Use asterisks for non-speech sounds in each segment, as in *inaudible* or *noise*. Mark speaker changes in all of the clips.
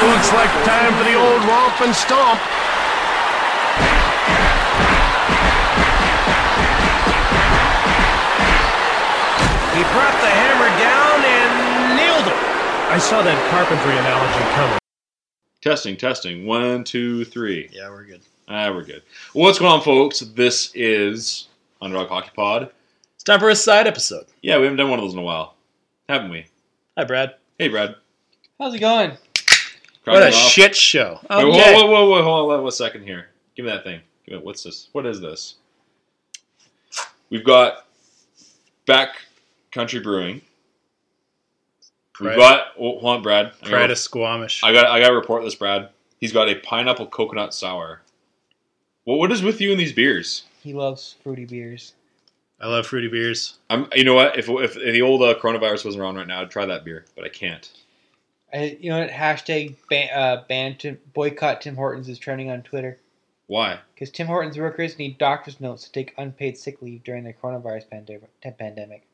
Speaker 1: Looks like time for the old romp and stomp.
Speaker 2: He brought the hammer down and nailed it.
Speaker 1: I saw that carpentry analogy coming.
Speaker 3: Testing, testing. One, two, three.
Speaker 4: Yeah, we're good.
Speaker 3: Ah, we're good. What's going on, folks? This is Underdog Hockey Pod.
Speaker 4: It's time for a side episode.
Speaker 3: Yeah, we haven't done one of those in a while, haven't we?
Speaker 4: Hi, Brad.
Speaker 3: Hey, Brad.
Speaker 4: How's it going?
Speaker 3: Cracking
Speaker 4: What a
Speaker 3: off.
Speaker 4: shit show.
Speaker 3: Wait,
Speaker 4: Okay.
Speaker 3: whoa, whoa, whoa, whoa, hold on one second here. Give me that thing. Give me, what's this? What is this? We've got Back Country Brewing.
Speaker 4: Pride-
Speaker 3: We've got oh, hold on, Brad. I
Speaker 4: Pride
Speaker 3: gotta,
Speaker 4: of Squamish.
Speaker 3: I got I gotta report this, Brad. He's got a pineapple coconut sour. Well, what is with you in these beers?
Speaker 5: He loves fruity beers.
Speaker 4: I love fruity beers.
Speaker 3: I'm, you know what? If, if the old uh, coronavirus wasn't around right now, I'd try that beer, but I can't.
Speaker 5: I, Uh, you know what? Hashtag ban, uh, ban Tim, boycott Tim Hortons is trending on Twitter
Speaker 3: Why?
Speaker 5: because Tim Hortons workers need doctor's notes to take unpaid sick leave during the coronavirus pandemic. Pandemic,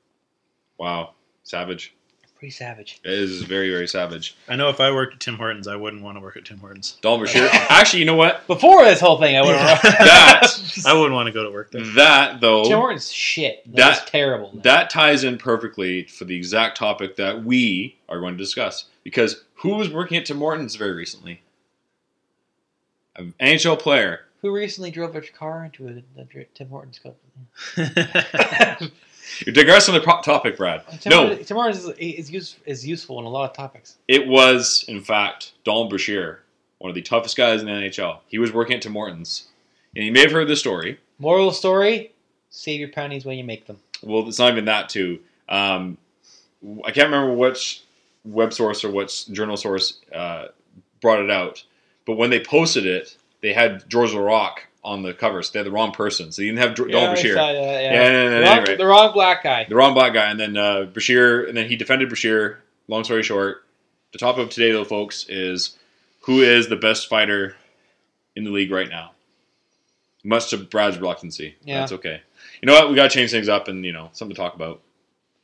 Speaker 3: Wow, savage.
Speaker 5: pretty savage.
Speaker 3: It is very very savage.
Speaker 4: I know if I worked at Tim Hortons, I wouldn't want to work at Tim
Speaker 5: *laughs*
Speaker 4: Hortons.
Speaker 3: Don Bashir. Actually, you know what?
Speaker 5: Before this whole thing, I would
Speaker 3: *laughs*
Speaker 5: *laughs* have.
Speaker 3: That
Speaker 4: I wouldn't want to go to work there.
Speaker 3: that though.
Speaker 5: Tim Hortons shit. That,
Speaker 3: That-
Speaker 5: was terrible.
Speaker 3: That ties in perfectly for the exact topic that we are going to discuss. Because who was working at Tim Hortons very recently? An NHL player.
Speaker 5: Who recently drove their car into a, a dr- Tim Hortons company? Mm. *laughs*
Speaker 3: You're digressing the pro- topic, Brad.
Speaker 5: Tim
Speaker 3: No,
Speaker 5: Hortons, Tim Hortons is, is, use, is useful in a lot of topics.
Speaker 3: it was, in fact, Don Brashear, one of the toughest guys in the NHL. He was working at Tim Hortons. And you may have heard this story.
Speaker 5: Moral story: Save your pennies when you make them.
Speaker 3: Well, it's not even that, too. Um, I can't remember which web source or which journal source uh, brought it out. But when they posted it, they had George LaRock on the cover, so they had the wrong person. So they didn't have Dr-
Speaker 5: Yeah, I
Speaker 3: Donald Bashir.
Speaker 5: saw that,
Speaker 3: Yeah, yeah, yeah,
Speaker 5: yeah.
Speaker 3: yeah,
Speaker 5: The
Speaker 3: yeah,
Speaker 5: wrong-
Speaker 3: right.
Speaker 5: the wrong black guy.
Speaker 3: The wrong black guy, and then uh, Bashir, and then he defended Bashir. Long story short, the topic of today, though, folks, is who is the best fighter in the league right now? Much to Brad's reluctancy.
Speaker 5: Yeah.
Speaker 3: That's okay. You know what? We got to change things up and, you know, something to talk about.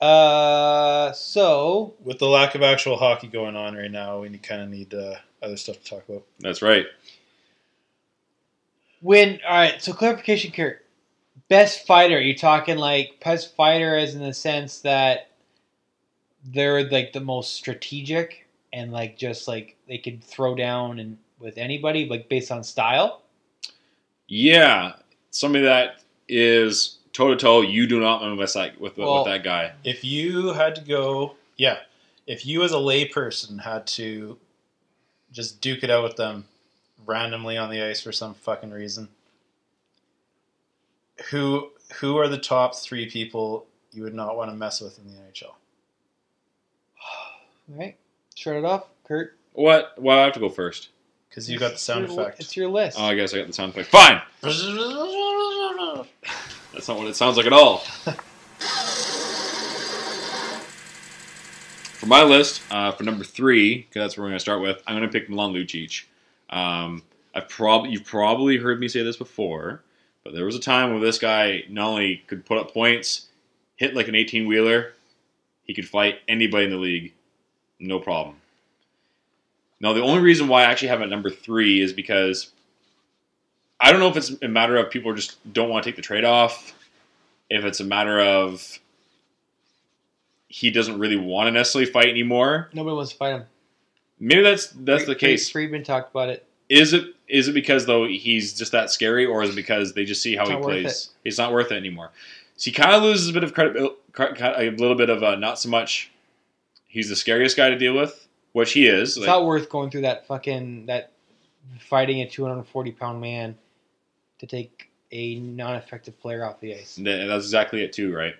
Speaker 5: Uh, so
Speaker 4: *laughs* With the lack of actual hockey going on right now, we kind of need uh, other stuff to talk about.
Speaker 3: That's right.
Speaker 5: when all right, so clarification, Kurt. Best fighter? Are you talking like best fighter as in the sense that they're like the most strategic and like just like they can throw down and with anybody like based on style?
Speaker 3: Yeah. Somebody that is toe to toe, you do not want to mess that, with,
Speaker 5: Well-
Speaker 3: with that guy.
Speaker 4: If you had to go, yeah, if you as a layperson had to just duke it out with them randomly on the ice for some fucking reason, who who are the top three people you would not want to mess with in the NHL?
Speaker 5: All right, start it off, Kurt.
Speaker 3: What? Well, I have to go first.
Speaker 4: Because you got the sound
Speaker 5: It's your-
Speaker 4: effect. *laughs*
Speaker 5: It's your list.
Speaker 3: Oh, I guess I got the sound effect. Fine. That's not what it sounds like at all. for my list, uh, for number three, 'cause that's where we're going to start with, I'm going to pick Milan Lucic. Um, I've prob- you've probably heard me say this before, but there was a time where this guy not only could put up points, hit like an 18 wheeler, he could fight anybody in the league, no problem. Now, the only reason why I actually have it at number three is because I don't know if it's a matter of people just don't want to take the trade off, if it's a matter of he doesn't really want to necessarily fight anymore.
Speaker 5: Nobody wants to fight him.
Speaker 3: Maybe that's that's the
Speaker 5: Fre- Fre-
Speaker 3: case.
Speaker 5: Friedman talked about it.
Speaker 3: Is it is it because though he's just that scary, or is it because they just see how
Speaker 5: It's
Speaker 3: he
Speaker 5: not worth
Speaker 3: plays? It's not worth it anymore. So he kind of loses a bit of credit, a little bit of uh, not so much. He's the scariest guy to deal with, which he is.
Speaker 5: It's
Speaker 3: like-
Speaker 5: not worth going through that fucking that fighting a 240 pound man to take a non-effective player off the ice.
Speaker 3: Th- That's exactly it too, right?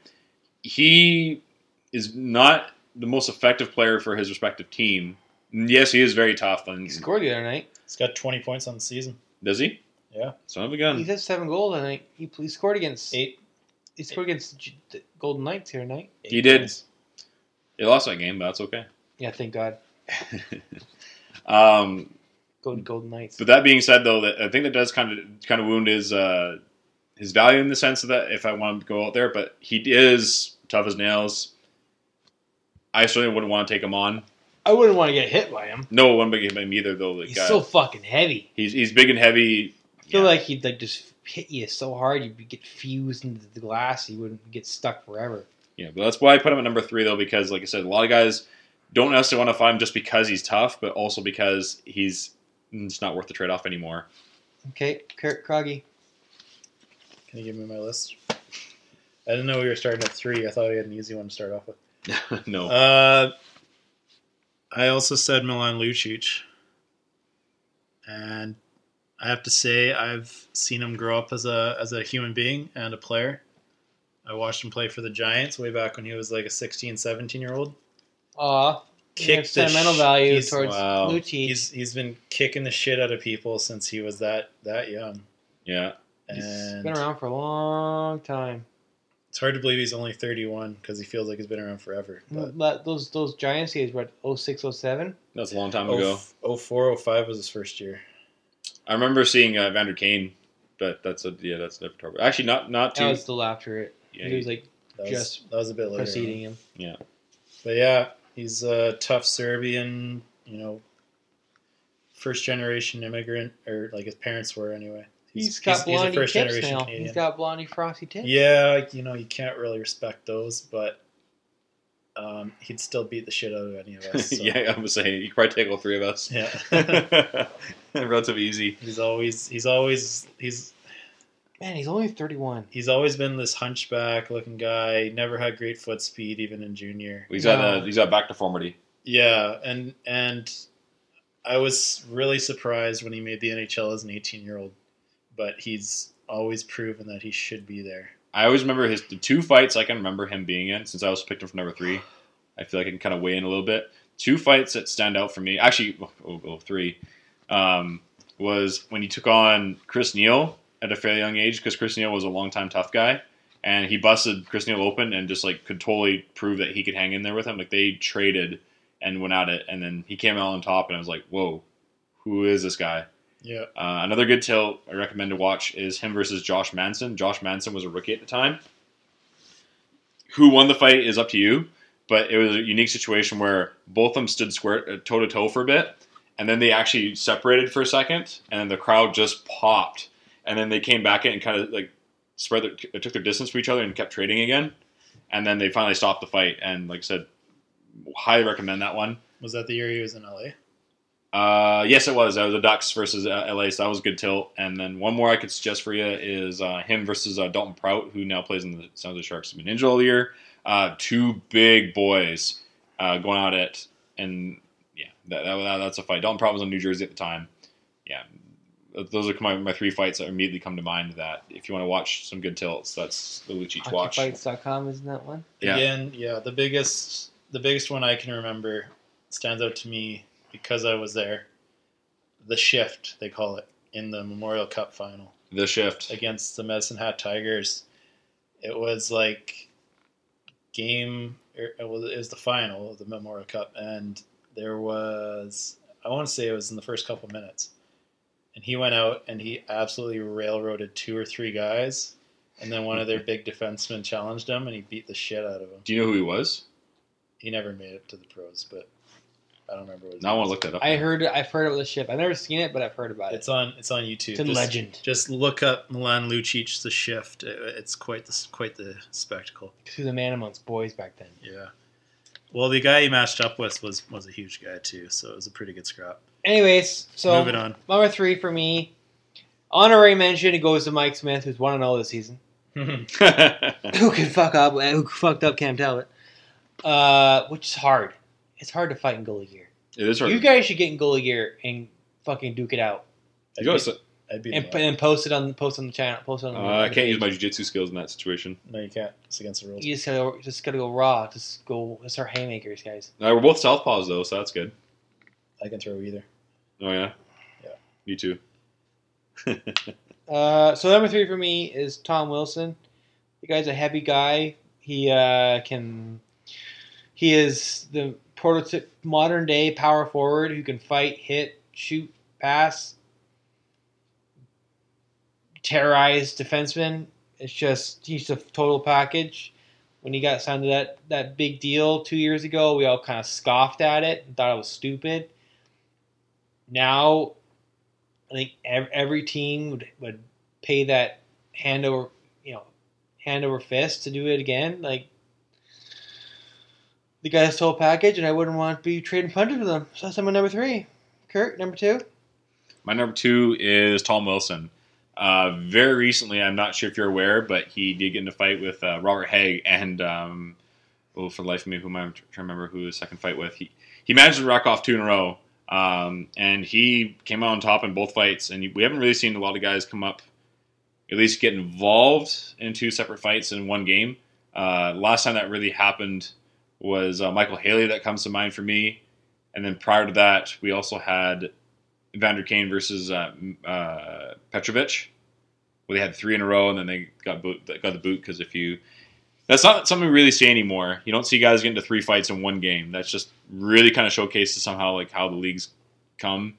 Speaker 3: He is not the most effective player for his respective team. Mm, Yes, he is very tough. And
Speaker 5: He scored the other night.
Speaker 4: He's got 20 points on the season.
Speaker 3: does he?
Speaker 4: Yeah.
Speaker 3: Son of a
Speaker 5: He's
Speaker 3: gun.
Speaker 5: had seven goals tonight. He, he scored against
Speaker 4: Eight.
Speaker 5: he scored against J- the Golden Knights here tonight.
Speaker 3: He did. They lost that game, but that's okay.
Speaker 5: Yeah, thank God.
Speaker 3: Um,
Speaker 5: Go to Golden Knights.
Speaker 3: but that being said, though, that I think that does kind of kind of wound his uh, his value in the sense of that if I want to go out there, but he is tough as nails. I certainly wouldn't want to take him on.
Speaker 5: I wouldn't want to get hit by him.
Speaker 3: No one big him either though. The
Speaker 5: He's
Speaker 3: guy,
Speaker 5: so fucking heavy.
Speaker 3: he's he's big and heavy.
Speaker 5: I feel
Speaker 3: Yeah.
Speaker 5: like he'd like just hit you so hard you'd be- get fused into the glass. You wouldn't get stuck forever.
Speaker 3: Yeah, but that's why I put him at number three though, because like I said, a lot of guys don't necessarily want to fight him just because he's tough, but also because he's mm, it's not worth the trade off
Speaker 4: *laughs*
Speaker 3: anymore.
Speaker 5: Okay, Kurt Croggy.
Speaker 4: Can you give me my list? I didn't know we were starting at three. I thought we had an easy one to start off with.
Speaker 3: no,
Speaker 4: Uh, I also said Milan Lucic, and I have to say I've seen him grow up as a as a human being and a player. I watched him play for the Giants way back when he was like a 16, 17 year old.
Speaker 5: Aw,
Speaker 4: Kick
Speaker 5: kick
Speaker 4: the
Speaker 5: sentimental
Speaker 4: sh-
Speaker 5: value
Speaker 4: he's-
Speaker 5: towards
Speaker 3: wow.
Speaker 5: Lucci.
Speaker 4: He's he's been kicking the shit out of people since he was that that young,
Speaker 3: yeah, He's
Speaker 4: and
Speaker 5: been around for a long time.
Speaker 4: it's hard to believe he's only thirty one because he feels like he's been around forever. But
Speaker 5: That- Mm, those those Giants days oh were at 06, 07.
Speaker 3: that's a long
Speaker 4: oh,
Speaker 3: time ago.
Speaker 4: 04, 05 was his first year.
Speaker 3: I remember seeing uh, Vander Kane, but that's a yeah, that's a different topic. Actually, not not too.
Speaker 5: That was still after it.
Speaker 3: yeah,
Speaker 5: he was like
Speaker 4: That was,
Speaker 5: Just
Speaker 4: that was a bit later. on.
Speaker 5: preceding him.
Speaker 4: But yeah, he's a tough Serbian, you know, first generation immigrant, or like his parents were anyway.
Speaker 5: he's got blondie tips now. He's got blondie frosty tips.
Speaker 4: yeah, like, you know, you can't really respect those, but um, he'd still beat the shit out of any
Speaker 3: *laughs*
Speaker 4: of us. So.
Speaker 3: yeah, I'm saying you could probably take all three of us. *laughs*
Speaker 4: Yeah. *laughs*
Speaker 3: Relative easy.
Speaker 4: he's always he's always he's
Speaker 5: Man, he's only 31.
Speaker 4: he's always been this hunchback looking guy. Never had great foot speed even in junior.
Speaker 3: He's got
Speaker 5: No.
Speaker 3: a, he's got back deformity.
Speaker 4: Yeah, and and I was really surprised when he made the NHL as an 18 year old, but he's always proven that he should be there.
Speaker 3: I always remember his the two fights I can remember him being in since I was picked him for number three. I feel like I can kind of weigh in a little bit. Two fights that stand out for me, actually, oh, oh, oh, three, um, was when he took on Chris Neal at a fairly young age because Chris Neal was a longtime tough guy, and he busted Chris Neal open and just like could totally prove that he could hang in there with him. Like they traded and went at it, and then he came out on top, and I was like, whoa, who is this guy?
Speaker 4: Yeah,
Speaker 3: Uh, another good tale I recommend to watch is him versus Josh Manson. Josh Manson was a rookie at the time. Who won the fight is up to you, but it was a unique situation where both of them stood square toe to toe for a bit, and then they actually separated for a second, and then the crowd just popped, and then they came back in and kind of like spread their, took their distance from each other and kept trading again, and then they finally stopped the fight. And like I said, highly recommend that one.
Speaker 4: was that the year he was in LA?
Speaker 3: Uh, yes, it was. That was the Ducks versus uh, LA, so that was a good tilt. And then one more I could suggest for you is uh, him versus uh, Dalton Prout, who now plays in the San Jose Sharks. He's been injured all year. Uh, two big boys uh, going out at and yeah, that, that, that- that's a fight. Dalton Prout was on New Jersey at the time. Yeah, Th- those are my, my three fights that immediately come to mind. That if you want to watch some good tilts, that's the Lucic watch.
Speaker 5: Hockeyfights.com, isn't that one?
Speaker 3: Yeah.
Speaker 4: Again, yeah, the biggest the biggest one I can remember stands out to me because I was there. The shift they call it in the Memorial Cup final.
Speaker 3: The shift.
Speaker 4: against the Medicine Hat Tigers. It was like game. er, It was, it was the final of the Memorial Cup, and there was I want to say it was in the first couple minutes, and he went out and he absolutely railroaded two or three guys, and then one of their big defensemen challenged him, and he beat the shit out of him.
Speaker 3: Do you know who he was?
Speaker 4: He never made it to the pros, but I don't remember what. His
Speaker 3: Now I
Speaker 4: name
Speaker 3: want to
Speaker 4: was.
Speaker 3: look that up. *laughs*
Speaker 5: I heard. I've heard of the ship. I've never seen it, but I've heard about it.
Speaker 4: It's on. It's on YouTube.
Speaker 5: It's a
Speaker 4: Just-
Speaker 5: legend.
Speaker 4: Just look up Milan Lucic, the shift. It- it's quite the quite the spectacle.
Speaker 5: He was a man amongst boys back then.
Speaker 4: Yeah. Well, the guy he matched up with was was a huge guy too, so it was a pretty good scrap.
Speaker 5: Anyways, so
Speaker 4: Moving on.
Speaker 5: number three for me, honorary mention. It goes to Mike Smith, who's one and zero this season. Who can fuck up? Who fucked up Cam Talbot? Uh, which is hard. It's hard to fight in goalie gear.
Speaker 3: it is hard.
Speaker 5: You guys should get in goalie gear and fucking duke it out
Speaker 4: I'd
Speaker 3: You guys-
Speaker 4: be- I'd be.
Speaker 5: and,
Speaker 4: the-
Speaker 5: and post it on post on the channel. Post it on. The
Speaker 3: Uh, I can't use my jujitsu skills in that situation.
Speaker 4: no, you can't. It's against the rules.
Speaker 5: You just gotta, just gotta go raw. Just go. It's our haymakers, guys.
Speaker 3: No, Uh, we're both southpaws though, so that's good.
Speaker 4: I can throw either.
Speaker 3: Oh yeah.
Speaker 4: Yeah.
Speaker 3: You too.
Speaker 5: Uh, so number three for me is Tom Wilson. The guy's a heavy guy. He uh, can. He is the prototype modern day power forward who can fight, hit, shoot, pass, terrorize defensemen. It's just he's a total package. when he got signed to that that big deal two years ago, we all kind of scoffed at it and thought it was stupid. Now, I think ev- every team would, would pay that hand over you know hand over fist to do it again. Like the guy's whole package, and I wouldn't want to be trading punches with him. So that's my number three. Kurt, number two.
Speaker 3: My number two is Tom Wilson. Uh, very recently, I'm not sure if you're aware, but he did get in a fight with uh, Robert Haig and, um, oh, for the life of me, who am I I'm trying to remember who his second fight with? He, he managed to rack off two in a row, um, and he came out on top in both fights. And we haven't really seen a lot of guys come up, at least get involved in two separate fights in one game. Uh, last time that really happened was uh, Michael Haley that comes to mind for me. And then prior to that, we also had Vander Kane versus uh, m- uh, Petrovic, where they had three in a row, and then they got boot, they got the boot because if you that's not something we really see anymore. You don't see guys getting to three fights in one game. That's just really kind of showcases somehow like how the league's come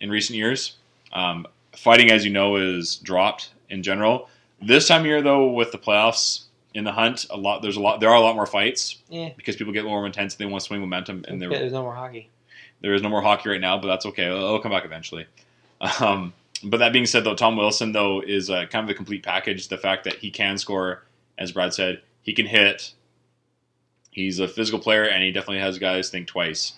Speaker 3: in recent years. Um, fighting, as you know, is dropped in general. This time of year, though, with the playoffs in the hunt, a lot there's a lot there are a lot more fights
Speaker 5: Yeah,
Speaker 3: because people get more intense. They want to swing momentum, and they're
Speaker 5: there's no more hockey.
Speaker 3: there is no more hockey right now, but that's okay. It'll, it'll come back eventually. Um, but that being said, though, Tom Wilson though is uh, kind of the complete package. The fact that he can score, as Brad said, he can hit. He's a physical player, and he definitely has guys think twice.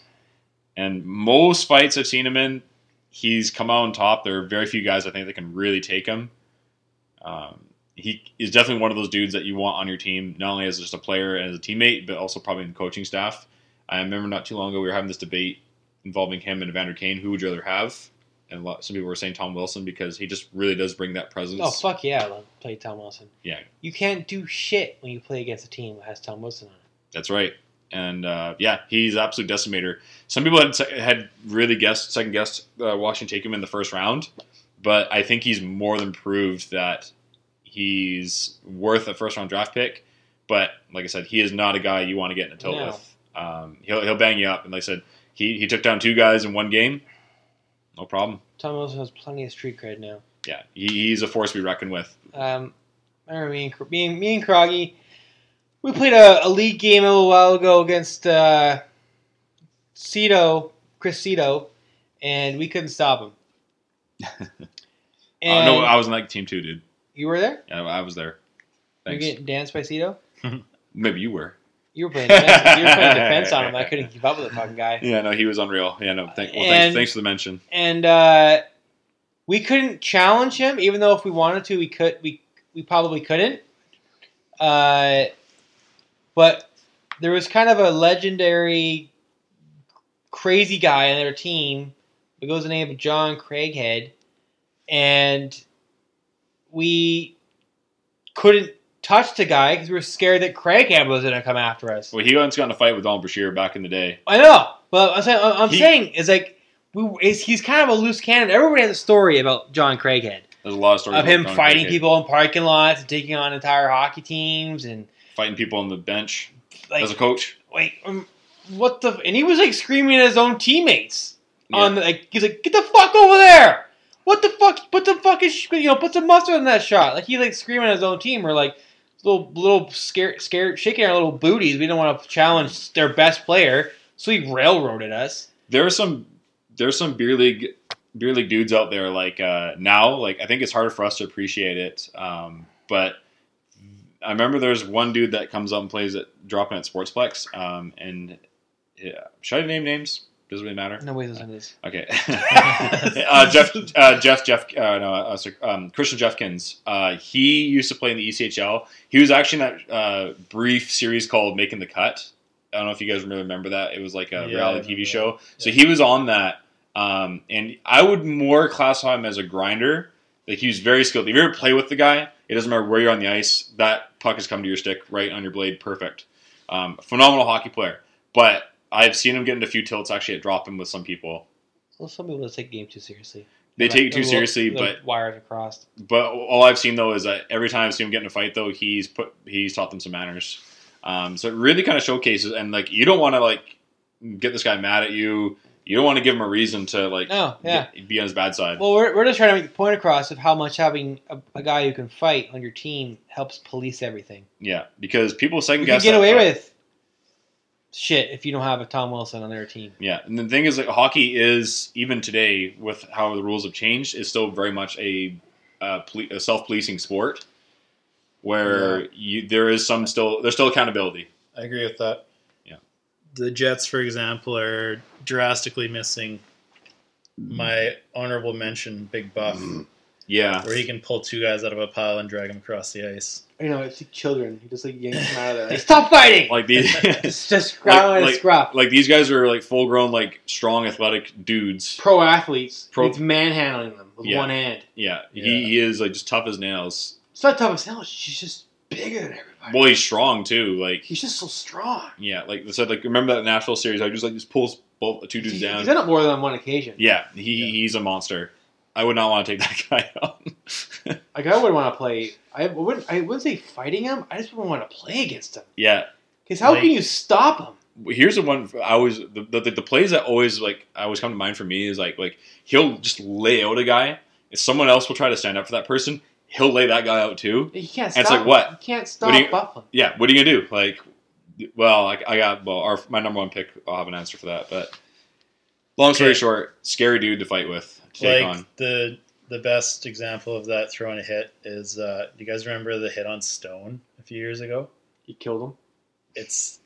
Speaker 3: And most fights I've seen him in, he's come out on top. There are very few guys I think that can really take him. Um, he is definitely one of those dudes that you want on your team, not only as just a player and as a teammate, but also probably in the coaching staff. I remember not too long ago we were having this debate involving him and Evander Kane, who would you rather have? And a lot, some people were saying Tom Wilson because he just really does bring that presence.
Speaker 5: Oh fuck yeah, I love to play Tom Wilson.
Speaker 3: Yeah.
Speaker 5: you can't do shit when you play against a team that has Tom Wilson on it.
Speaker 3: That's right. And uh, yeah, he's an absolute decimator. Some people had, se- had really guessed, second guessed uh, Washington take him in the first round, but I think he's more than proved that he's worth a first round draft pick. But like I said, he is not a guy you want to get in a tilt
Speaker 5: No.
Speaker 3: with. Um, he'll he'll bang you up. And like I said, he he took down two guys in one game. No problem.
Speaker 5: Tom Wilson has plenty of street cred now.
Speaker 3: Yeah, he, he's a force to be reckoned with.
Speaker 5: Um, I remember me and Kro- me and, me and Croggy, we played a, a league game a little while ago against uh, Cito, Chris Cito, and we couldn't stop him.
Speaker 3: *laughs* Oh
Speaker 5: and
Speaker 3: Uh, no, I was in that team too, dude.
Speaker 5: you were there.
Speaker 3: Yeah, I was there.
Speaker 5: You were
Speaker 3: Thanks.
Speaker 5: getting danced by Cito.
Speaker 3: Maybe you were.
Speaker 5: You were playing defense. you were playing defense on him. I couldn't keep up with the fucking guy.
Speaker 3: Yeah, no, he was unreal. Yeah, no, thank, well,
Speaker 5: And-
Speaker 3: thanks, thanks for the mention.
Speaker 5: and uh, we couldn't challenge him, even though if we wanted to, we could. We we probably couldn't. Uh, but there was kind of a legendary, crazy guy on their team. It goes the name of John Craighead, and we couldn't touch the guy because we were scared that Craighead was going to come after us.
Speaker 3: Well, he once got in a fight with Don Brashear back in the day.
Speaker 5: I know, but I'm saying, I'm
Speaker 3: He-
Speaker 5: saying is like we is, he's kind of a loose cannon. Everybody has a story about John Craighead
Speaker 3: There's a lot of stories
Speaker 5: of him
Speaker 3: about Don
Speaker 5: fighting
Speaker 3: Craighead.
Speaker 5: people in parking lots and taking on entire hockey teams and
Speaker 3: fighting people on the bench as a
Speaker 5: like
Speaker 3: coach.
Speaker 5: like um, what the and he was like screaming at his own teammates on the, like he's like get the fuck over there. What the fuck? Put the fucking sh- you know put some mustard in that shot. Like he like screaming at his own team or like little little scared scared shaking our little booties. We don't want to challenge their best player, so he railroaded us.
Speaker 3: There are some there's some beer league beer league dudes out there like uh, now. Like I think it's harder for us to appreciate it, um, but I remember there's one dude that comes up and plays at dropping at Sportsplex, um, and yeah. should I name names? Doesn't really matter.
Speaker 5: No way listening to this.
Speaker 4: *laughs*
Speaker 3: Okay. *laughs* uh, Jeff, uh, Jeff, Jeff, uh, no, uh, sorry, um, Christian Jeffkins. Uh, he used to play in the E ECHL. He was actually in that uh, brief series called Making the Cut. I don't know if you guys really remember that. It was like
Speaker 4: Yeah, I
Speaker 3: a
Speaker 4: remember
Speaker 3: reality TV
Speaker 4: that.
Speaker 3: show. So
Speaker 4: Yeah.
Speaker 3: he was on that. Um, and I would more classify him as a grinder. Like he was very skilled. If you ever play with the guy, it doesn't matter where you're on the ice, that puck has come to your stick right on your blade. Perfect. Um, phenomenal hockey player. But I've seen him get into a few tilts actually at drop in with some people.
Speaker 5: Well, some people just take game too seriously.
Speaker 3: They
Speaker 5: Like,
Speaker 3: take it too
Speaker 5: the lo-
Speaker 3: seriously,
Speaker 5: the
Speaker 3: but
Speaker 5: wires are crossed.
Speaker 3: but all I've seen though is that every time I've seen him get in a fight though, he's put he's taught them some manners. Um, so it really kind of showcases, and like you don't want to like get this guy mad at you. You don't want to give him a reason to like
Speaker 5: No, yeah.
Speaker 3: get- be on his bad side.
Speaker 5: Well, we're, we're just trying to make the point across of how much having a, a guy who can fight on your team helps police everything.
Speaker 3: yeah, because people second
Speaker 5: You
Speaker 3: guess
Speaker 5: can
Speaker 3: that
Speaker 5: get away
Speaker 3: thought.
Speaker 5: with shit if you don't have a Tom Wilson on their team.
Speaker 3: Yeah, and the thing is, like, hockey is even today with how the rules have changed, is still very much a, uh, poli- a self-policing sport, where you there is some still there's still accountability.
Speaker 4: I agree with that.
Speaker 3: Yeah.
Speaker 4: The Jets, for example, are drastically missing my honorable mention, Big Buff,
Speaker 3: Yeah,
Speaker 4: where he can pull two guys out of a pile and drag them across the ice.
Speaker 5: You know, it's like children. He just like yanks them out of *laughs* there. Like, Stop fighting!
Speaker 3: like these
Speaker 4: *laughs*
Speaker 3: *laughs*
Speaker 5: It's just scrap
Speaker 3: Like-
Speaker 5: and scrap.
Speaker 3: like these guys are like full-grown, like strong, athletic dudes.
Speaker 5: Pro athletes.
Speaker 3: Pro-
Speaker 5: It's manhandling them with
Speaker 3: Yeah.
Speaker 5: one hand.
Speaker 3: Yeah,
Speaker 4: Yeah.
Speaker 3: He, he is like just tough as nails.
Speaker 5: It's not Thomas Hell. She's just bigger than everybody.
Speaker 3: Boy, he's strong too. Like
Speaker 5: He's just so strong.
Speaker 3: yeah, like I said, like remember that Nashville series? I just like just pulls both two dudes
Speaker 5: He's,
Speaker 3: down.
Speaker 5: he's done it more than one occasion.
Speaker 3: Yeah, he
Speaker 4: Yeah.
Speaker 3: he's a monster. I would not want to take *laughs* that guy out. *laughs*
Speaker 5: Like I would want to play. I wouldn't. I wouldn't say fighting him. I just wouldn't want to play against him.
Speaker 3: yeah,
Speaker 5: Because how
Speaker 4: Like-
Speaker 5: can you stop him?
Speaker 3: here's the one I always the, the the plays that always like I always come to mind for me is like like he'll just lay out a guy. If someone else will try to stand up for that person, he'll lay that guy out too.
Speaker 5: You can't
Speaker 3: And
Speaker 5: stop.
Speaker 3: it's like,
Speaker 5: him.
Speaker 3: what?
Speaker 5: You can't
Speaker 3: What
Speaker 5: stop
Speaker 3: do you-
Speaker 5: Bufflin.
Speaker 3: Yeah, what are you gonna do? Like, well, I, I got well, our my number one pick. I'll have an answer for that. But long story
Speaker 4: Okay.
Speaker 3: short, scary dude to fight with. To take
Speaker 4: like
Speaker 3: on.
Speaker 4: the the best example of that throwing a hit is uh, do you guys remember the hit on Stone a few years ago?
Speaker 5: You killed
Speaker 4: It's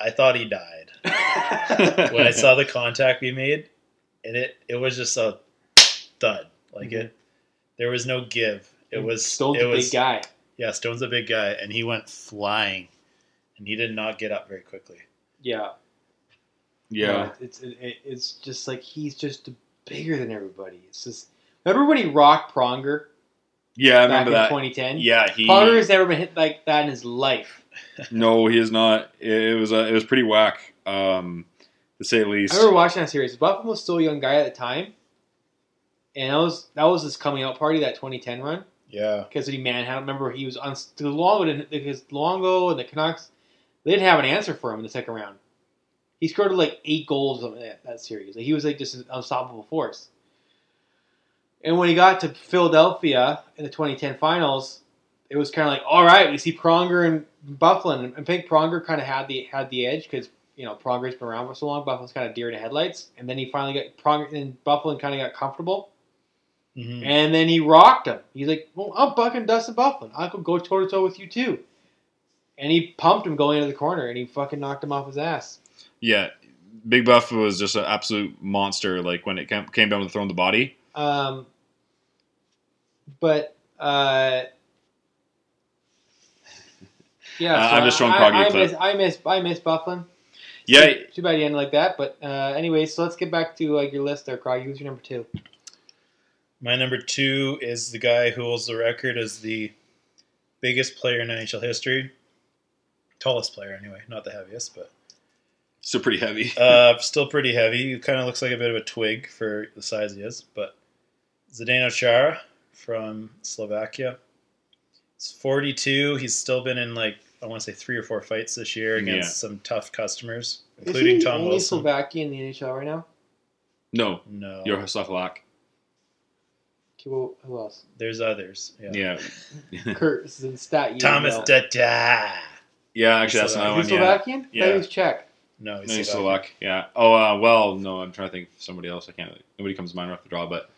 Speaker 4: I thought he died
Speaker 3: *laughs*
Speaker 5: him.
Speaker 4: *laughs* when I saw the contact we made, and it it was just a thud. Like it, there was no give. It was
Speaker 5: Stone's
Speaker 4: it
Speaker 5: a
Speaker 4: was
Speaker 5: big guy.
Speaker 4: yeah. Stone's a big guy, and he went flying, and he did not get up very quickly.
Speaker 5: Yeah.
Speaker 3: yeah,
Speaker 5: It's it, it- it's just like he's just bigger than everybody. It's just remember when he rocked Pronger
Speaker 3: yeah, I
Speaker 5: back
Speaker 3: remember
Speaker 5: in
Speaker 3: that.
Speaker 5: 2010.
Speaker 3: Yeah, he
Speaker 5: Pronger has never been hit like that in his life.
Speaker 3: no, he is not. It was uh, it was pretty whack, um, to say the least.
Speaker 5: I remember watching that series. Buffon was still a young guy at the time, and that was that was his coming out party that 2010 run.
Speaker 4: Yeah,
Speaker 5: because he manhandled. Remember, he was on the Longo didn't because Longo and the Canucks they didn't have an answer for him in the second round. He scored like eight goals in that, that series. Like, he was like just an unstoppable force. And when he got to Philadelphia in the 2010 finals, it was kind of like, all right, we see Pronger and Bufflin. I think Pronger kind of had the had the edge because you know Pronger's been around for so long. Bufflin's kind of deer in the headlights, and then he finally got Pronger and Bufflin kind of got comfortable.
Speaker 3: Mm-hmm.
Speaker 4: hmm
Speaker 5: And then he rocked him. He's like, "Well, I'm bucking Dustin Bufflin. I could go toe to toe with you too." And he pumped him going into the corner, and he fucking knocked him off his ass.
Speaker 3: Yeah, Big Buff was just an absolute monster. Like when it came, came down to throwing the body.
Speaker 5: Um, but uh, *laughs* yeah,
Speaker 3: Uh,
Speaker 5: so
Speaker 3: I'm just showing
Speaker 5: I-
Speaker 3: Crosby
Speaker 5: I,
Speaker 3: a clip.
Speaker 5: miss, I miss, I miss Bufflin.
Speaker 3: Yeah,
Speaker 5: Too- too bad he ended like that. But uh, anyway, so let's get back to like your list there, Crosby. Who's your number two?
Speaker 4: My number two is the guy who holds the record as the biggest player in NHL history, tallest player anyway, not the heaviest, but
Speaker 3: still pretty heavy. *laughs*
Speaker 4: Uh, still pretty heavy. He kind of looks like a bit of a twig for the size he is, but Zdeno Chara from Slovakia. He's 42. He's still been in like I want to say three or four fights this year against
Speaker 3: Yeah.
Speaker 4: some tough customers,
Speaker 5: Isn't
Speaker 4: including
Speaker 5: he
Speaker 4: Tom
Speaker 5: only
Speaker 4: Wilson.
Speaker 5: Slovakian in the NHL right now.
Speaker 3: no,
Speaker 4: no,
Speaker 3: you're Slovak.
Speaker 5: Okay, well, who else?
Speaker 4: there's others. Yeah,
Speaker 3: Yeah,
Speaker 5: Kurt this is in stat. year,
Speaker 4: Thomas
Speaker 5: though.
Speaker 4: Dada.
Speaker 3: yeah. Actually, that's another one.
Speaker 5: Is he
Speaker 3: Yeah,
Speaker 5: Slovakian? I thought
Speaker 3: Yeah.
Speaker 5: he was Czech.
Speaker 4: No,
Speaker 3: no, he's
Speaker 4: he's Slovak.
Speaker 3: Slovak. Yeah. Oh uh, well, no, I'm trying to think of somebody else. I can't. Nobody comes to mind off the draw, but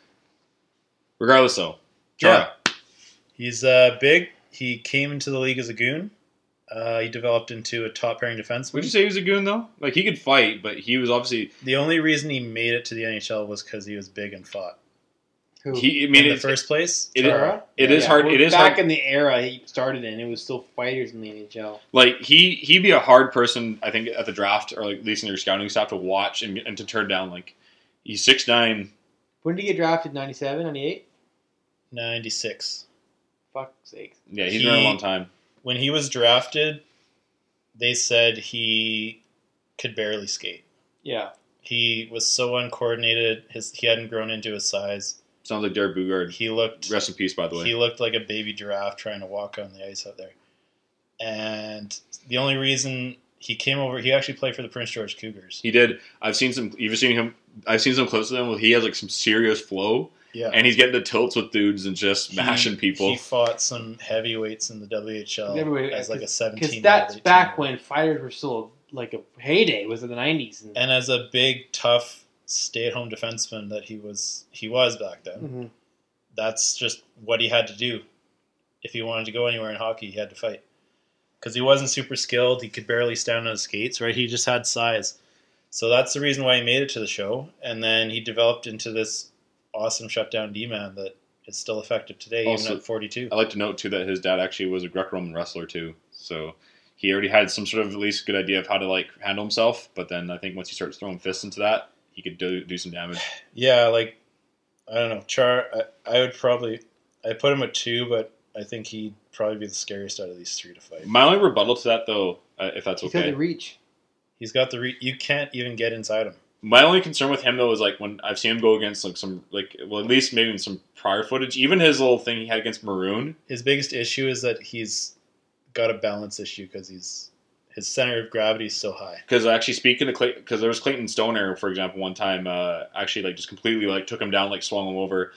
Speaker 3: regardless, though. Chara.
Speaker 4: He's uh, big. He came into the league as a goon. Uh, he developed into a top pairing defenseman.
Speaker 3: Would you say he was a goon though? Like he could fight, but he was obviously
Speaker 4: The only reason he made it to the NHL was because he was big and fought.
Speaker 5: Who?
Speaker 3: he. I
Speaker 4: In
Speaker 3: mean,
Speaker 4: the
Speaker 3: it's-
Speaker 4: first place,
Speaker 3: it is-
Speaker 4: Chara.
Speaker 3: it is
Speaker 5: Yeah,
Speaker 3: hard.
Speaker 5: we're
Speaker 3: It is
Speaker 5: back
Speaker 3: hard.
Speaker 5: in the era he started in. It was still fighters in the NHL.
Speaker 3: like he he'd be a hard person i think at the draft or like, at least in your scouting staff to watch and, and to turn down like he's 6'9
Speaker 5: When did he get drafted? 97, 98?
Speaker 4: 96.
Speaker 5: Fuck sakes.
Speaker 3: yeah he's
Speaker 4: He-
Speaker 3: been around a long time
Speaker 4: When he was drafted, they said he could barely skate.
Speaker 5: Yeah.
Speaker 4: He was so uncoordinated. His he hadn't grown into his size.
Speaker 3: sounds like derek bugard
Speaker 4: He looked
Speaker 3: rest in peace by the way
Speaker 4: he looked like a baby giraffe trying to walk on the ice out there. And the only reason he came over. He actually played for the Prince George Cougars.
Speaker 3: He did. I've seen some. You've seen him. I've seen some clips of him. Where he has like some serious flow,
Speaker 4: Yeah,
Speaker 3: and he's getting the tilts with dudes and just
Speaker 4: He-
Speaker 3: mashing people.
Speaker 4: He fought some heavyweights in the WHL
Speaker 5: Heavyweight,
Speaker 4: as like a seventeen.
Speaker 5: Because
Speaker 4: year old,
Speaker 5: that's
Speaker 4: 18 year
Speaker 5: back
Speaker 4: old.
Speaker 5: when fighters were still like a heyday. Was in the nineties. And,
Speaker 4: and as a big tough stay-at-home defenseman that he was he was back then
Speaker 5: Mhm.
Speaker 4: that's just what he had to do if he wanted to go anywhere in hockey he had to fight because he wasn't super skilled he could barely stand on his skates right he just had size so that's the reason why he made it to the show and then he developed into this awesome shutdown d-man that is still effective today
Speaker 3: Also- Oh.
Speaker 4: even at 42
Speaker 3: I like to note too that his dad actually was a Greco-Roman wrestler too, so he already had some sort of at least good idea of how to like handle himself. But then I think once he starts throwing fists into that, he could do, do some damage.
Speaker 4: Yeah, like I don't know, Char. I, I would probably I put him at two, but I think he'd probably be the scariest out of these three to fight.
Speaker 3: My only rebuttal to that though, uh, if that's
Speaker 5: He's
Speaker 3: okay,
Speaker 5: had the reach.
Speaker 4: He's got the re- you can't even get inside him.
Speaker 3: My only concern with him though is like when I've seen him go against like some like well at least maybe in some prior footage, even his little thing he had against Maroon.
Speaker 4: His biggest issue is that he's got a balance issue because he's his center of gravity is so high.
Speaker 3: Because actually speaking to Clayton, because there was Clayton Stoner for example one time uh, actually like just completely like took him down like swung him over.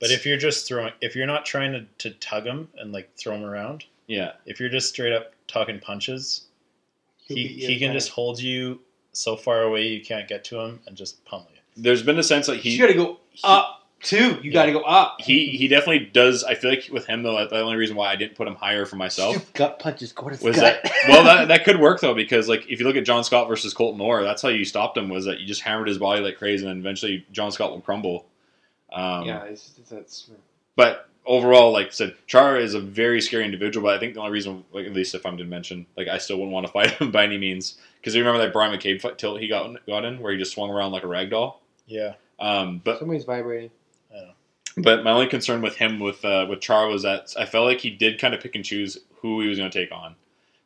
Speaker 4: But if you're just throwing, if you're not trying to, to tug him and like throw him around,
Speaker 3: Yeah,
Speaker 4: if you're just straight up talking punches,
Speaker 5: He'll
Speaker 4: he,
Speaker 5: beat you
Speaker 4: he can
Speaker 5: up.
Speaker 4: just hold you so far away you can't get to him and just pummel you.
Speaker 3: there's been a sense that he
Speaker 5: you got to go up too. You got to go up.
Speaker 3: he he definitely does. I feel like with him though, that's the only reason why I didn't put him higher for myself
Speaker 5: Shoot gut punches. Go to his
Speaker 3: was
Speaker 5: gut.
Speaker 3: that well that that could work though because like if you look at John Scott versus Colt Moore, that's how you stopped him was that you just hammered his body like crazy and then eventually John Scott will crumble. Um,
Speaker 5: yeah, it's, it's, that's
Speaker 3: But overall, like I said, Chara is a very scary individual. But I think the only reason, like at least if I'm to mention, like I still wouldn't want to *laughs* fight him by any means because you remember that Brian McCabe fight tilt he got got in where he just swung around like a rag doll.
Speaker 4: Yeah.
Speaker 3: Um, but
Speaker 5: somebody's vibrating.
Speaker 3: But my only concern with him with uh, with Char was that I felt like he did kind of pick and choose who he was going to take on.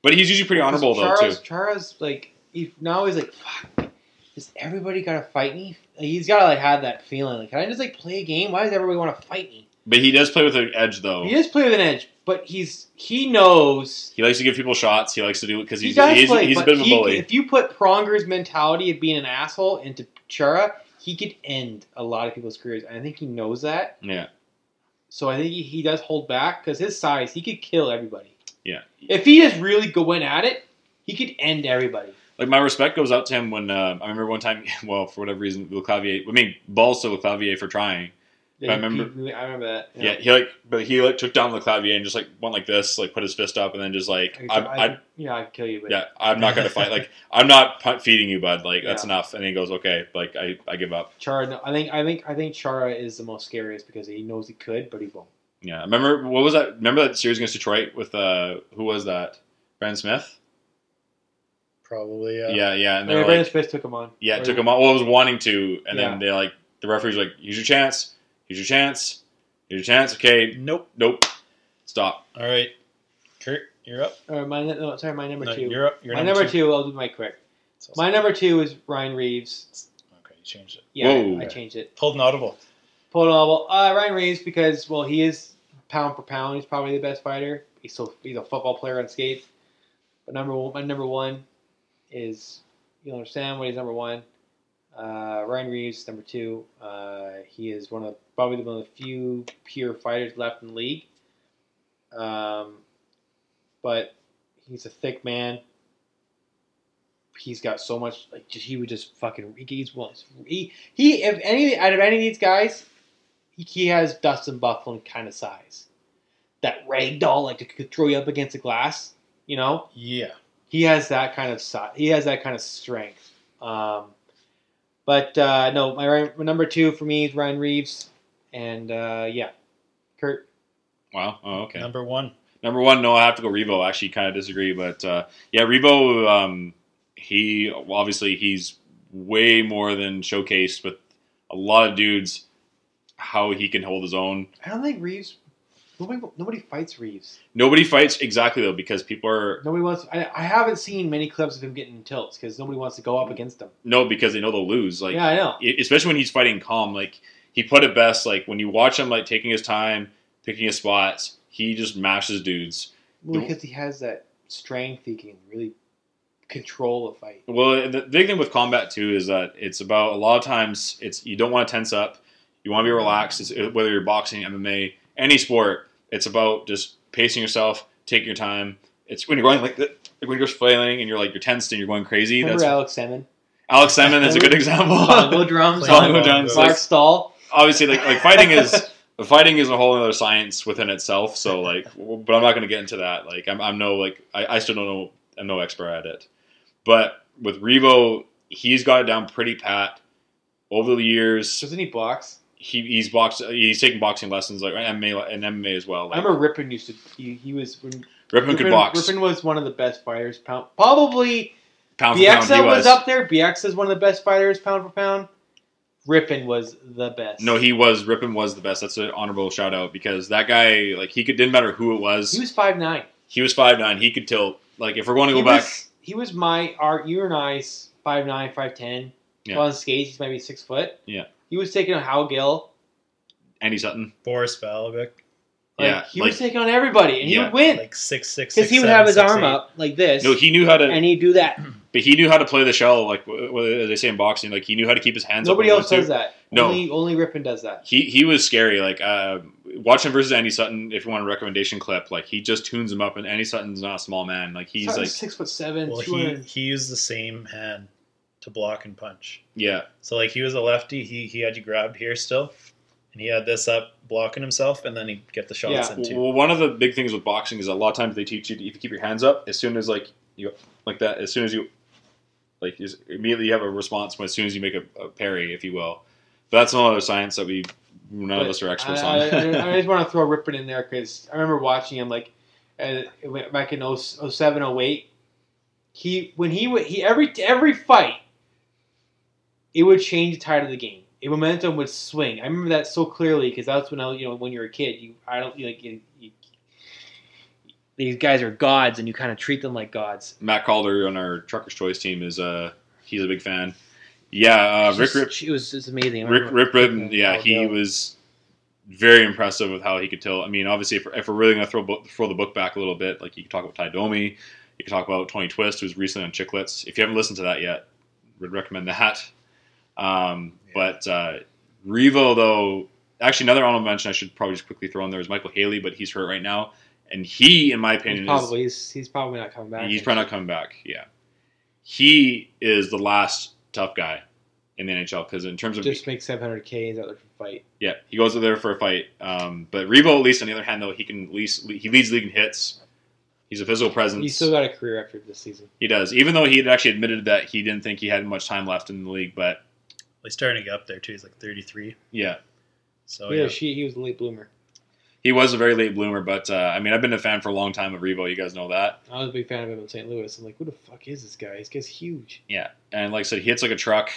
Speaker 3: But he's usually pretty honorable though
Speaker 5: Chara's,
Speaker 3: too.
Speaker 5: Chara's like he, now he's like fuck. Does everybody gotta fight me? Like, he's gotta like have that feeling. Like, can I just like play a game? Why does everybody want to fight me?
Speaker 3: But he does play with an edge though.
Speaker 5: He is play with an edge, but he's he knows
Speaker 3: He likes to give people shots. He likes to do because
Speaker 5: he
Speaker 3: he's
Speaker 5: does
Speaker 3: he's,
Speaker 5: play.
Speaker 3: he's a
Speaker 5: but
Speaker 3: bit of a
Speaker 5: he-
Speaker 3: bully.
Speaker 5: if you put Pronger's mentality of being an asshole into Chara, he could end a lot of people's careers. And I think he knows that.
Speaker 3: yeah,
Speaker 5: So I think he, he does hold back because his size, he could kill everybody.
Speaker 3: Yeah.
Speaker 5: If he just really go went at it, he could end everybody.
Speaker 3: like my respect goes out to him when uh, I remember one time. *laughs* Well, for whatever reason, Leclavier. I mean, balls to Leclavier for trying. I remember-
Speaker 5: I remember that.
Speaker 3: Yeah. he like, but he like took down Leclavier and just like went like this, like put his fist up, and then just like
Speaker 5: I,
Speaker 3: I,
Speaker 5: could-
Speaker 3: I,
Speaker 5: I, yeah, I could kill you. But
Speaker 3: yeah, I'm not going to fight.
Speaker 5: *laughs*
Speaker 3: Like I'm not pu- feeding you, bud. Like that's
Speaker 5: Yeah.
Speaker 3: enough. And he goes, okay, like I, I give up.
Speaker 5: Chara, no, I think, I think, I think Chara is the most scariest because he knows he could, but he won't.
Speaker 3: Yeah, I remember what was that? Remember that series against Detroit with uh, who was that? Brandon Smith.
Speaker 4: Probably.
Speaker 3: Yeah,
Speaker 4: Uh,
Speaker 3: yeah, and
Speaker 5: And
Speaker 3: they're
Speaker 5: Brandon
Speaker 3: like,
Speaker 5: Smith took him on.
Speaker 3: yeah,
Speaker 5: Or-
Speaker 3: took him out. Well, I was wanting to, and
Speaker 5: Yeah.
Speaker 3: then they like the referee's like, "Here's your chance. Here's your chance. Here's your chance." Okay,
Speaker 4: Nope.
Speaker 3: nope, stop.
Speaker 4: All right, Kurt, you're up.
Speaker 5: Or my, no, sorry, my number
Speaker 4: No,
Speaker 5: 2
Speaker 4: You're up. You're
Speaker 5: my number two. I'll do my quick.
Speaker 4: It's also-
Speaker 5: My number two is Ryan Reeves.
Speaker 4: Okay, you changed it.
Speaker 5: Yeah,
Speaker 3: Whoa.
Speaker 5: I changed it.
Speaker 4: Pulled an audible.
Speaker 5: Pulled an audible. Uh, Ryan Reeves because well, he is pound for pound. He's probably the best fighter. He's so he's a football player on skates. But number one, my number one is you'll understand what he's number one. Uh, Ryan Reeves number two. Uh, he is one of the, probably one of the few pure fighters left in the league. Um, but he's a thick man. He's got so much. Like just, he would just fucking. He's one. He, he if any out of any of these guys, he, he has Dustin Bufflin kind of size. That ragdoll like could throw you up against the glass. You know
Speaker 4: Yeah.
Speaker 5: he has that kind of size. He has that kind of strength. Um, but uh, no, my, Ryan- my number two for me is Ryan Reeves, and uh, yeah, Kurt.
Speaker 3: Wow. Oh, okay.
Speaker 4: Number one.
Speaker 3: Number one, no, I have to go Revo. I actually kind of disagree, but uh, yeah, Revo. Um, he well, obviously he's way more than showcased with a lot of dudes. How he can hold his own.
Speaker 5: I don't think Reeves. Nobody, nobody fights Reeves.
Speaker 3: Nobody fights exactly though because people are
Speaker 5: Nobody wants. I, I haven't seen many clips of him getting tilts because nobody wants to go up against him.
Speaker 3: No, because they know they'll lose. Like,
Speaker 5: yeah, I know.
Speaker 3: e- especially when he's fighting calm. Like, he put it best. Like, when you watch him, like taking his time, picking his spots, he just mashes dudes.
Speaker 5: Well,
Speaker 3: the-
Speaker 5: because he has that strength, he can really control the fight.
Speaker 3: Well, the big thing with combat too is that it's about a lot of times it's you don't want to tense up, you want to be relaxed. It's, whether you're boxing, MMA, any sport, it's about just pacing yourself, taking your time. It's when you're going like, th- like when you're flailing and you're like you're tensed and you're going crazy.
Speaker 5: Remember
Speaker 3: that's
Speaker 5: Alex Salmon,
Speaker 3: Alex Salmon is a good
Speaker 5: Bongo *laughs*
Speaker 3: example. *laughs*
Speaker 5: drums,
Speaker 3: Bongo
Speaker 4: Bongo
Speaker 3: drums.
Speaker 5: Mark Stahl.
Speaker 3: Obviously, like like fighting
Speaker 5: *laughs*
Speaker 3: is fighting is a whole other science within itself. So like, w- but I'm not going to get into that. Like I'm, I'm no like I, I still don't know. I'm no expert at it. But with Revo, he's got it down pretty pat. Over the years,
Speaker 5: Doesn't he box?
Speaker 3: he, he's boxed. He's taken boxing lessons like and MMA and MMA as well.
Speaker 5: I
Speaker 3: Like,
Speaker 5: remember Rippon used to. He, he was when
Speaker 3: Ripman could box.
Speaker 5: Rippon was one of the best fighters. Pound, probably
Speaker 3: pound for pound,
Speaker 5: BX
Speaker 3: he
Speaker 5: was.
Speaker 3: was.
Speaker 5: up there. BX is one of the best fighters, pound for pound. Rippon was the best.
Speaker 3: No, he was. Rippin was the best. That's an honorable shout out because that guy, like, he could didn't matter who it
Speaker 5: he
Speaker 3: was.
Speaker 5: was five nine.
Speaker 3: He was five nine. He could tilt. Like, if we're going to go
Speaker 5: he
Speaker 3: back,
Speaker 5: Was, he was my our you and I's five nine, five ten.
Speaker 3: Yeah.
Speaker 5: On skates, he's maybe six foot.
Speaker 3: Yeah.
Speaker 5: He was taking on Hal Gill.
Speaker 3: Andy Sutton.
Speaker 4: Boris Balabic,
Speaker 5: Like,
Speaker 3: yeah,
Speaker 5: He
Speaker 3: like
Speaker 5: was taking on everybody, and he
Speaker 3: Yeah.
Speaker 5: would win
Speaker 4: like six six.
Speaker 5: because he would have his arm up like this,
Speaker 3: no, he knew how to.
Speaker 5: and he'd do that.
Speaker 3: But he knew how to play the shell. Like wh- wh- as they say in boxing, like he knew how to keep his hands.
Speaker 5: Nobody
Speaker 3: up
Speaker 5: else does that.
Speaker 3: No.
Speaker 5: Only only Rippon does that.
Speaker 3: He he was scary. Like uh, watch him versus Andy Sutton. If you want a recommendation clip, like he just tunes him up, and Andy Sutton's not a small man. Like he's
Speaker 5: Sutton's
Speaker 3: like
Speaker 5: six foot seven.
Speaker 4: Well, he
Speaker 5: 200.
Speaker 4: he used the same hand to block and punch.
Speaker 3: yeah.
Speaker 4: So like he was a lefty. He he had you grabbed here still, and he had this up blocking himself, and then he would get the shots
Speaker 5: Yeah.
Speaker 4: in too.
Speaker 3: Well, one of the big things with boxing is a lot of times they teach you to, if you keep your hands up, as soon as like you like that, as soon as you like is, immediately you have a response when as soon as you make a, a parry, if you will. But that's another science that we none of
Speaker 5: But
Speaker 3: us are experts
Speaker 5: I,
Speaker 3: on.
Speaker 5: I, I just want to throw Rippon in there because I remember watching him like uh, it went back in 07, 08. He when he would he every every fight, it would change the tide of the game. It momentum would swing. I remember that so clearly because that's when I was- you know when you're a kid you I don't you like you, you, these guys are gods and you kind of treat them like gods.
Speaker 3: Matt Calder on our Truckers Choice team is uh he's a big fan. Yeah, uh, Rick
Speaker 5: Just-
Speaker 3: Rip,
Speaker 5: it was it's amazing. I
Speaker 3: Rick
Speaker 5: remember-
Speaker 3: Rip Ribbon, yeah,
Speaker 5: Oh,
Speaker 3: he
Speaker 5: no.
Speaker 3: was very impressive with how he could tell. I mean, obviously, if, if we're really going to throw bo- throw the book back a little bit, like you could talk about Ty Domi, you could talk about Tony Twist, who's recently on Chicklets. If you haven't listened to that yet, would recommend that. Um, But uh, Revo, though, actually, another honorable mention I should probably just quickly throw in there is Michael Haley, but he's hurt right now, and he, in my
Speaker 5: He's
Speaker 3: opinion, is
Speaker 5: probably he's, he's probably not coming back.
Speaker 3: He's probably not coming back. Yeah, he is the last tough guy in the NHL because in terms of
Speaker 5: just make seven hundred k is out there for fight.
Speaker 3: yeah, he goes there for a fight. Um, but Revo, at least on the other hand, though, he can at least he leads the league in hits. He's a physical presence.
Speaker 5: He's still got a career record this season.
Speaker 3: he does, even though he had actually admitted that he didn't think he had much time left in the league. But
Speaker 4: He's starting to get up there too. He's like thirty three.
Speaker 3: yeah,
Speaker 4: So
Speaker 3: Oh,
Speaker 5: yeah,
Speaker 4: yeah,
Speaker 5: she he was a late bloomer.
Speaker 3: he was a very late bloomer. But uh, I mean, I've been a fan for a long time of Revo. You guys know that.
Speaker 5: I was a big fan of him in St. Louis. I'm like, who the fuck is this guy? This guy's huge.
Speaker 3: And like I said, he hits like a truck.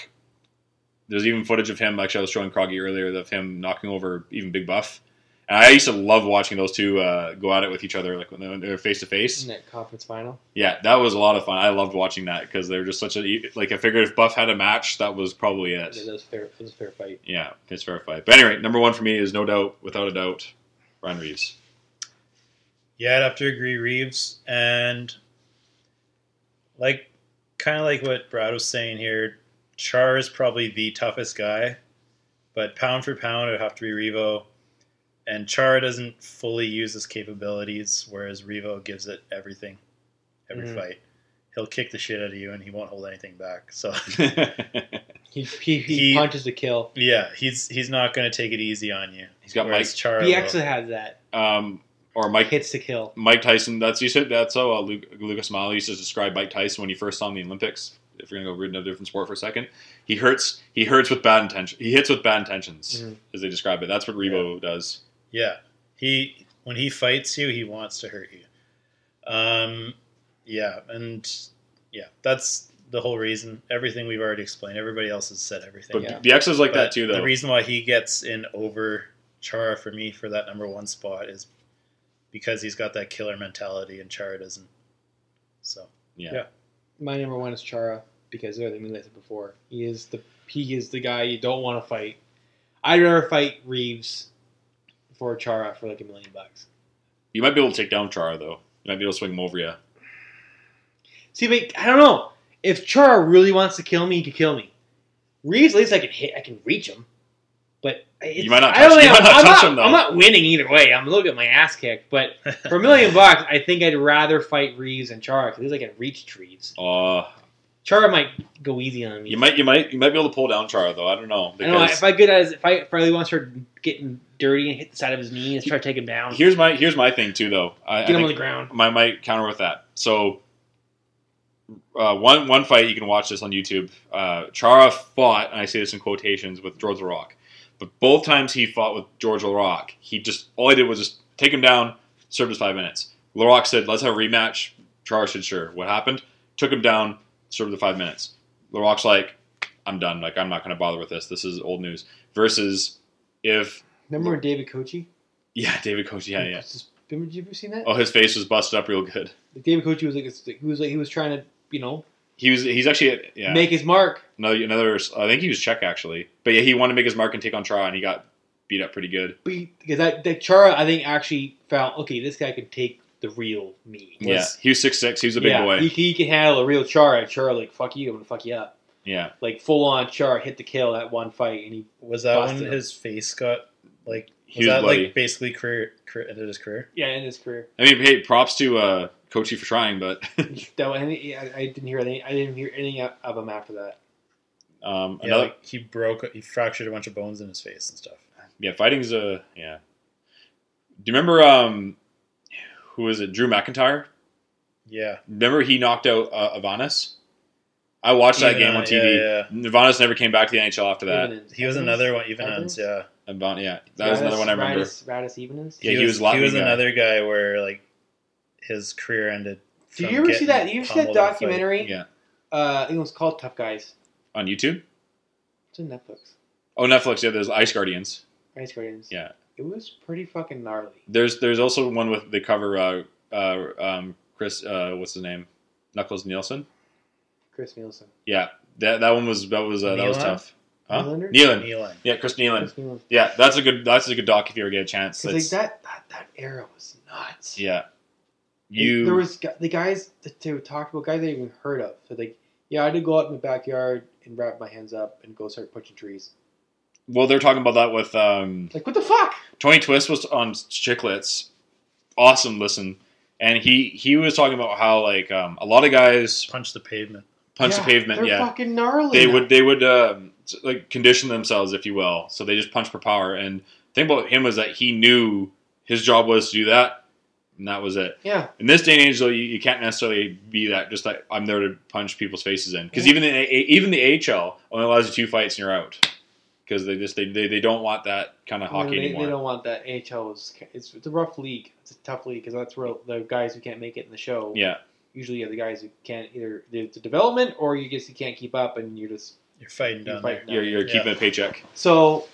Speaker 3: There's even footage of him. Actually, I was showing Croggy earlier of him knocking over even Big Buff. And I used to love watching those two uh, go at it with each other, like when they- when they're face to face.
Speaker 5: In that conference final,
Speaker 3: Yeah, that was a lot of fun. I loved watching that because they were just such a e, like. I figured if Buff had a match, that was probably it.
Speaker 5: yeah, that was fair. That was a fair fight.
Speaker 3: Yeah, it's fair fight. But anyway, number one for me is no doubt, without a doubt, Ryan Reeves. *laughs*
Speaker 4: yeah, I'd have to agree, Reeves, and like kind of like what Brad was saying here. Char is probably the toughest guy, but pound for pound, it would have to be Revo. And Char doesn't fully use his capabilities, whereas Revo gives it everything, every
Speaker 5: Mhm.
Speaker 4: fight. He'll kick the shit out of you, and he won't hold anything back. So *laughs*
Speaker 5: He he, he,
Speaker 4: He-
Speaker 5: punches to kill.
Speaker 4: yeah, he's he's not going to take it easy on you.
Speaker 3: He's got
Speaker 4: Whereas
Speaker 3: Mike
Speaker 4: Char,
Speaker 5: He
Speaker 4: will.
Speaker 5: actually has that
Speaker 3: um, or Mike
Speaker 5: hits to kill.
Speaker 3: Mike Tyson. That's you said that's how uh, Luke, Lucas Miley used to describe Mike Tyson when he first saw him in the Olympics. If you're gonna go read another different sport for a second, he hurts. He hurts with bad intention. He hits with bad intentions,
Speaker 5: Mhm.
Speaker 3: as they describe it. That's what Revo does.
Speaker 4: Mm-hmm. Yeah. He when he fights you, he wants to hurt you. Um yeah, and yeah, that's the whole reason. Everything we've already explained. Everybody else has said everything.
Speaker 3: But
Speaker 5: Yeah.
Speaker 3: the X is like that
Speaker 4: But
Speaker 3: too, though.
Speaker 4: The reason why he gets in over Chara for me for that number one spot is because he's got that killer mentality and Chara doesn't. So *laughs*
Speaker 3: yeah.
Speaker 4: yeah.
Speaker 5: My number one is Chara because they're the I mean, like I said before, he is the he is the guy you don't want to fight. I'd rather fight Reeves for Chara for like a million bucks.
Speaker 3: You might be able to take down Char though. You might be able to swing him over you.
Speaker 5: See, but I don't know if Chara really wants to kill me, he could kill me. Reeves, at least I can hit, I can reach him, but it's-
Speaker 3: You might not
Speaker 5: I don't
Speaker 3: touch-
Speaker 5: think
Speaker 3: you
Speaker 5: I'm,
Speaker 3: might not
Speaker 5: I'm
Speaker 3: touch
Speaker 5: not,
Speaker 3: him, though.
Speaker 5: I'm not winning either way. I'm a little bit my ass kicked, but for a million bucks, I think I'd rather fight Reeves and Chara because at least I can reach Reeves.
Speaker 3: Uh,
Speaker 5: Chara might go easy on me.
Speaker 3: you might, you might, you might be able to pull down Chara though. I don't know
Speaker 5: I don't know
Speaker 3: because
Speaker 5: if I good as if I if I really wants her getting dirty and hit the side of his knee and try to take him down,
Speaker 3: here's my here's my thing too though. I, I
Speaker 5: get him
Speaker 3: think
Speaker 5: on the ground.
Speaker 3: my my counter with that. So uh, one one fight you can watch this on YouTube. Uh, Chara fought, and I say this in quotations, with George LaRock. But both times he fought with George LaRock, he just all he did was just take him down, served his five minutes. LaRock said, "Let's have a rematch." Chara said, "Sure." What happened? Took him down, served the five minutes. LaRock's like, "I'm done. Like I'm not going to bother with this. This is old news." Versus if *laughs*
Speaker 5: Remember when David Kochi?
Speaker 3: yeah, David Koch, yeah, yeah.
Speaker 5: Remember, did you ever seen that?
Speaker 3: Oh, his face was busted up real good.
Speaker 5: Like David Kochi was like, he was like, he was trying to, you know,
Speaker 3: He was he's actually yeah.
Speaker 5: make his mark.
Speaker 3: Another, another, I think he was Czech actually, but yeah, he wanted to make his mark and take on Chara, and he got beat up pretty good.
Speaker 5: beat because that, that Chara I think actually found okay this guy could take the real me.
Speaker 3: yeah, he was six six. He was a big
Speaker 5: yeah,
Speaker 3: boy.
Speaker 5: He, he can handle a real Chara. Chara like fuck you, I'm gonna fuck you up.
Speaker 3: yeah,
Speaker 5: Like full on Chara hit the kill that one fight and he
Speaker 4: Was that
Speaker 5: Busted
Speaker 4: when
Speaker 5: him.
Speaker 4: his face got like? Was
Speaker 3: He was
Speaker 4: that
Speaker 3: bloody.
Speaker 4: like basically career, career ended his career?
Speaker 5: yeah in his career.
Speaker 3: I mean, hey, props to uh, Kochi for trying, but *laughs*
Speaker 5: that one, I, I didn't hear any I didn't hear any of of him after that.
Speaker 3: um,
Speaker 4: Yeah,
Speaker 3: another,
Speaker 4: like he broke, he fractured a bunch of bones in his face and stuff.
Speaker 3: yeah, fighting's a yeah. Do you remember um, who was it? Drew McIntyre.
Speaker 4: Yeah,
Speaker 3: Remember he knocked out uh, Ivanis. I watched that
Speaker 4: Even
Speaker 3: game
Speaker 4: on-
Speaker 3: on TV.
Speaker 4: yeah,
Speaker 3: Ivanis never came back to the NHL after that.
Speaker 5: Evenins.
Speaker 4: He was
Speaker 5: Evenins?
Speaker 4: another one, even ends.
Speaker 5: Evans?
Speaker 4: Yeah,
Speaker 3: Ivan- yeah, that was another
Speaker 5: Radis-
Speaker 3: one I remember.
Speaker 5: Radis, Radis Evenins?
Speaker 3: Yeah, he was Latvian
Speaker 4: he was
Speaker 3: guy.
Speaker 4: another guy where like his career ended.
Speaker 5: Did
Speaker 4: from
Speaker 5: you ever see
Speaker 4: getting
Speaker 5: that? Did you ever see that
Speaker 4: pummeled in a fight.
Speaker 5: documentary?
Speaker 3: Yeah,
Speaker 5: Uh, I think it was called Tough Guys.
Speaker 3: on YouTube.
Speaker 5: It's on Netflix.
Speaker 3: Oh, Netflix. Yeah, there's Ice Guardians.
Speaker 5: Ice Guardians.
Speaker 3: Yeah.
Speaker 5: It was pretty fucking gnarly.
Speaker 3: There's there's also one with the cover uh, uh, um, Chris uh, what's his name Knuckles Nielsen.
Speaker 5: Chris Nielsen.
Speaker 3: Yeah, that that one was that was uh, that was
Speaker 4: Nealon?
Speaker 3: tough. Huh?
Speaker 5: Nealander?
Speaker 3: Nealon.
Speaker 4: Kneeling.
Speaker 3: Yeah, Chris Nealon.
Speaker 5: Chris Nielsen.
Speaker 3: Yeah, that's a good that's a good doc if you ever get a chance.
Speaker 5: Because like
Speaker 3: It's-
Speaker 5: that, that that era was nuts.
Speaker 3: yeah,
Speaker 5: Like, there
Speaker 3: you
Speaker 5: was gu- the guys that they would talk about guys I even heard of. So like, yeah, I did go out in the backyard and wrap my hands up and go start punching trees.
Speaker 3: well they're talking about that with um,
Speaker 5: Like what the fuck?
Speaker 3: Tony Twist was on Chicklets. Awesome, listen, and he he was talking about how like um, a lot of guys
Speaker 4: Punch the pavement.
Speaker 3: punch
Speaker 5: Yeah,
Speaker 3: the pavement.
Speaker 5: They're
Speaker 3: Yeah,
Speaker 5: fucking gnarly.
Speaker 3: *laughs* they
Speaker 5: now.
Speaker 3: would they would um, s- like condition themselves, if you will. So they just punch for power. And the thing about him was that he knew his job was to do that, and that was it.
Speaker 5: Yeah,
Speaker 3: In this day and age, though, you, you can't necessarily be that. Just like I'm there to punch people's faces in, because
Speaker 5: Yeah.
Speaker 3: even the A- even the AHL only allows you two fights and you're out, because they just they, they, they don't want that kind of
Speaker 5: I mean,
Speaker 3: hockey
Speaker 5: they, they
Speaker 3: anymore.
Speaker 5: don't want that. AHL is it's, it's a rough league. It's a tough league because that's where the guys who can't make it in the show.
Speaker 3: Yeah,
Speaker 5: Usually are the guys who can't either it's a development or you just you can't keep up and you're just
Speaker 4: You're fighting
Speaker 5: you're
Speaker 4: down there.
Speaker 5: fighting
Speaker 3: you're,
Speaker 5: out.
Speaker 3: you're
Speaker 4: Yeah.
Speaker 3: keeping a paycheck.
Speaker 5: So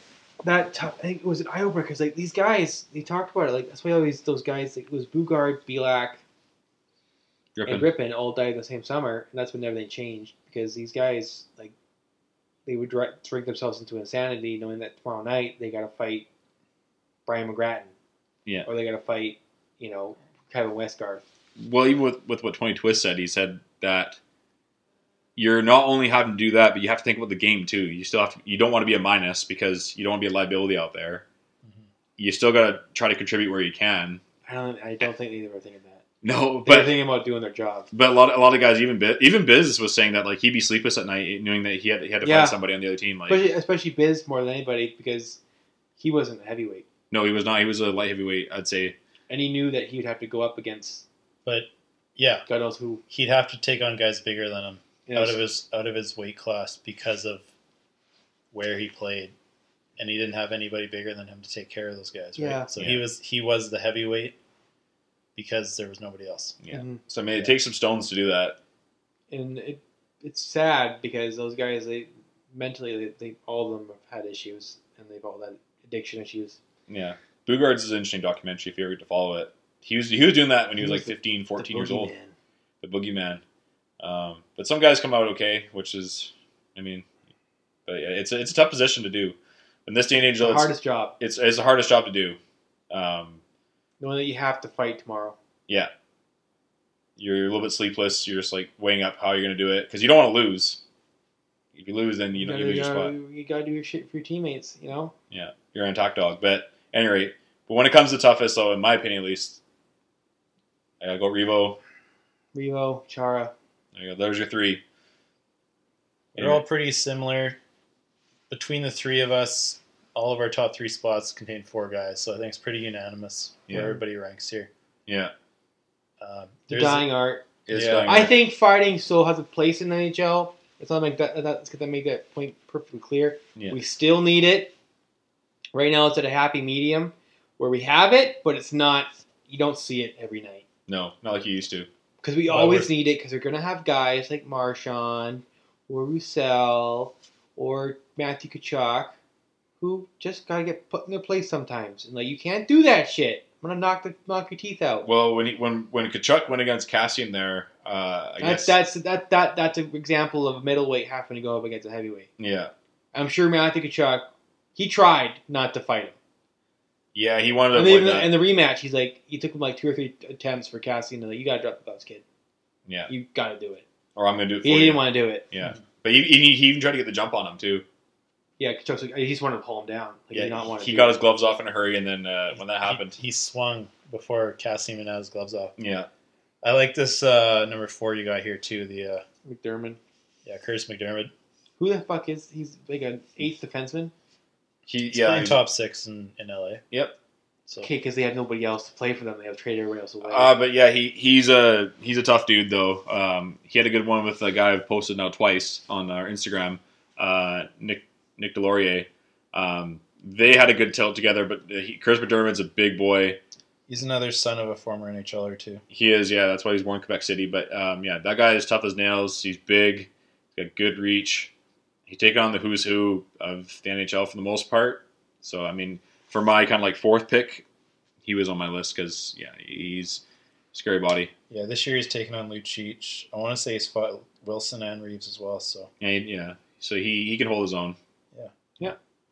Speaker 5: that t- I think it was an eye opener because like these guys, they talked about it. Like that's why always those guys like it was Bugard, Belak,
Speaker 3: Gripping.
Speaker 5: and Rippin all died in the same summer, and that's when everything changed because these guys like they would dri- drink themselves into insanity, knowing that tomorrow night they got to fight Brian McGrattan,
Speaker 3: Yeah.
Speaker 5: or they got to fight you know Kevin Westgard.
Speaker 3: well, even with, with what Tony Twist said, he said that you're not only having to do that, but you have to think about the game too. You still have to, you don't want to be a minus because you don't want to be a liability out there.
Speaker 5: Mm-hmm.
Speaker 4: Mhm.
Speaker 3: You still got to try to contribute where you can. *laughs*
Speaker 5: I don't, I don't think they were thinking that.
Speaker 3: No,
Speaker 5: They were
Speaker 3: but
Speaker 5: thinking about doing their job.
Speaker 3: but a lot a lot of guys, even Biz, even Biz was saying that like he'd be sleepless at night knowing that he had he had to
Speaker 5: Yeah.
Speaker 3: fight somebody on the other team. Like
Speaker 5: Especially, especially Biz more than anybody because he wasn't a heavyweight
Speaker 3: no, he was not. He was a light heavyweight. I'd say
Speaker 5: and he knew that he would have to go up against
Speaker 4: But yeah,
Speaker 5: God knows who.
Speaker 4: he'd have to take on guys bigger than him
Speaker 5: You know,
Speaker 4: out of his out of his weight class because of where he played, and he didn't have anybody bigger than him to take care of those guys. Right?
Speaker 5: Yeah.
Speaker 4: So
Speaker 3: Yeah.
Speaker 4: he was he was the heavyweight because there was nobody else.
Speaker 3: yeah.
Speaker 5: Mhm.
Speaker 3: So I mean, it
Speaker 4: Yeah.
Speaker 3: takes some stones to do that.
Speaker 5: and it, it's sad because those guys, they mentally, they, they all of them have had issues, and they've all had addiction issues.
Speaker 3: Yeah, Bugard's is an interesting documentary if you ever get to follow it. He was he was doing that when he was
Speaker 5: He
Speaker 3: like
Speaker 5: was the-
Speaker 3: 15,
Speaker 5: The
Speaker 3: 14 years old.
Speaker 5: boogeyman.
Speaker 3: the boogeyman. Um, but some guys come out okay, which is, I mean, but yeah, it's a, it's a tough position to do in this day and age.
Speaker 5: The
Speaker 3: Though, it's,
Speaker 5: hardest job,
Speaker 3: it's it's the hardest job to do. Um,
Speaker 5: knowing that you have to fight tomorrow.
Speaker 3: Yeah. You're a little bit sleepless. You're just like weighing up how you're going to do it because you don't want to lose. If you lose, then you, don't you lose your spot.
Speaker 5: you gotta do your shit for your teammates, you know?
Speaker 3: Yeah, you're an attack dog. But at any rate, but when it comes to toughest, though, in my opinion at least, I gotta go Revo.
Speaker 5: Revo, Chara.
Speaker 3: There you go. There's your three.
Speaker 4: They're all pretty similar. Between the three of us, all of our top three spots contain four guys, so I think it's pretty unanimous
Speaker 3: Yeah.
Speaker 4: where everybody ranks here.
Speaker 3: Yeah.
Speaker 4: Um,
Speaker 5: The
Speaker 4: there's
Speaker 5: dying art.
Speaker 3: It's
Speaker 4: Yeah.
Speaker 3: going
Speaker 5: I
Speaker 3: with-
Speaker 5: think fighting still has a place in the NHL. Let's not make that. Let's get that make that point perfectly clear.
Speaker 3: Yeah.
Speaker 5: We still need it. Right now, it's at a happy medium where we have it, but it's not. You don't see it every night
Speaker 3: no, not like you used to.
Speaker 5: because we
Speaker 4: Well,
Speaker 5: always
Speaker 4: we're-
Speaker 5: need it because we're gonna have guys like Marshawn or Roussel or Matthew Kachuk who just gotta get put in their place sometimes. And like, you can't do that shit. I'm gonna knock the knock your teeth out.
Speaker 3: Well, when he, when when Kachuk went against Cassian there, uh, I
Speaker 5: That's
Speaker 3: guess
Speaker 5: that's that that that's an example of a middleweight having to go up against a heavyweight.
Speaker 3: yeah,
Speaker 5: I'm sure Matthew Kachuk, he tried not to fight him.
Speaker 3: yeah, he wanted to
Speaker 5: And
Speaker 3: avoid
Speaker 5: even
Speaker 3: that.
Speaker 5: in the rematch, he's like, he took him like two or three attempts for Cassian. Like, you gotta drop the gloves, kid.
Speaker 3: yeah,
Speaker 5: You gotta do it.
Speaker 3: or I'm gonna do it for
Speaker 5: He
Speaker 3: you.
Speaker 5: didn't want to do it.
Speaker 3: yeah, but he, he he even tried to get the jump on him too.
Speaker 5: Yeah, Kachuk's like, he just wanted to pull him down. Like, he did not
Speaker 3: yeah,
Speaker 5: want to.
Speaker 3: he
Speaker 5: do
Speaker 3: got
Speaker 5: it.
Speaker 3: his gloves off in a hurry, and then uh, when that happened,
Speaker 4: He, he swung before Cassie even had his gloves off.
Speaker 3: yeah,
Speaker 4: I like this uh, number four you got here too. The uh,
Speaker 5: McDermott.
Speaker 4: yeah Curtis McDermott.
Speaker 5: Who the fuck is he's like an eighth defenseman?
Speaker 3: he
Speaker 4: He's
Speaker 3: yeah,
Speaker 4: playing
Speaker 3: he-
Speaker 4: top six in, in LA.
Speaker 3: Yep.
Speaker 4: So
Speaker 5: Okay, because they have nobody else to play for them. They have traded everybody else away.
Speaker 3: Uh, but yeah, he he's a he's a tough dude though. Um, he had a good one with a guy I've posted now twice on our Instagram, uh, Nick Nick Delorier. Um, they had a good tilt together, but he, Chris McDermott's a big boy.
Speaker 4: he's another son of a former NHLer er too.
Speaker 3: He is, yeah. That's why he's born in Quebec City. But um, yeah, that guy is tough as nails. He's big. He's got good reach. He take on the who's who of the NHL for the most part. So I mean, for my kind of like fourth pick, he was on my list because yeah, he's scary body.
Speaker 4: Yeah, this year he's taking on Lucic. I want to say he's fought Wilson and Reeves as well. So
Speaker 3: And yeah, so he he can hold his own.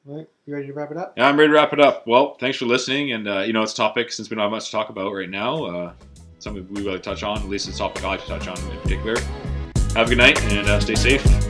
Speaker 5: All right, you ready to wrap it up?
Speaker 3: Yeah, I'm ready to wrap it up. Well, thanks for listening. And uh, you know, it's a topic since we don't have much to talk about right now. Uh, something we really touch on, at least it's a topic I like to touch on in particular. Have a good night and uh, stay safe.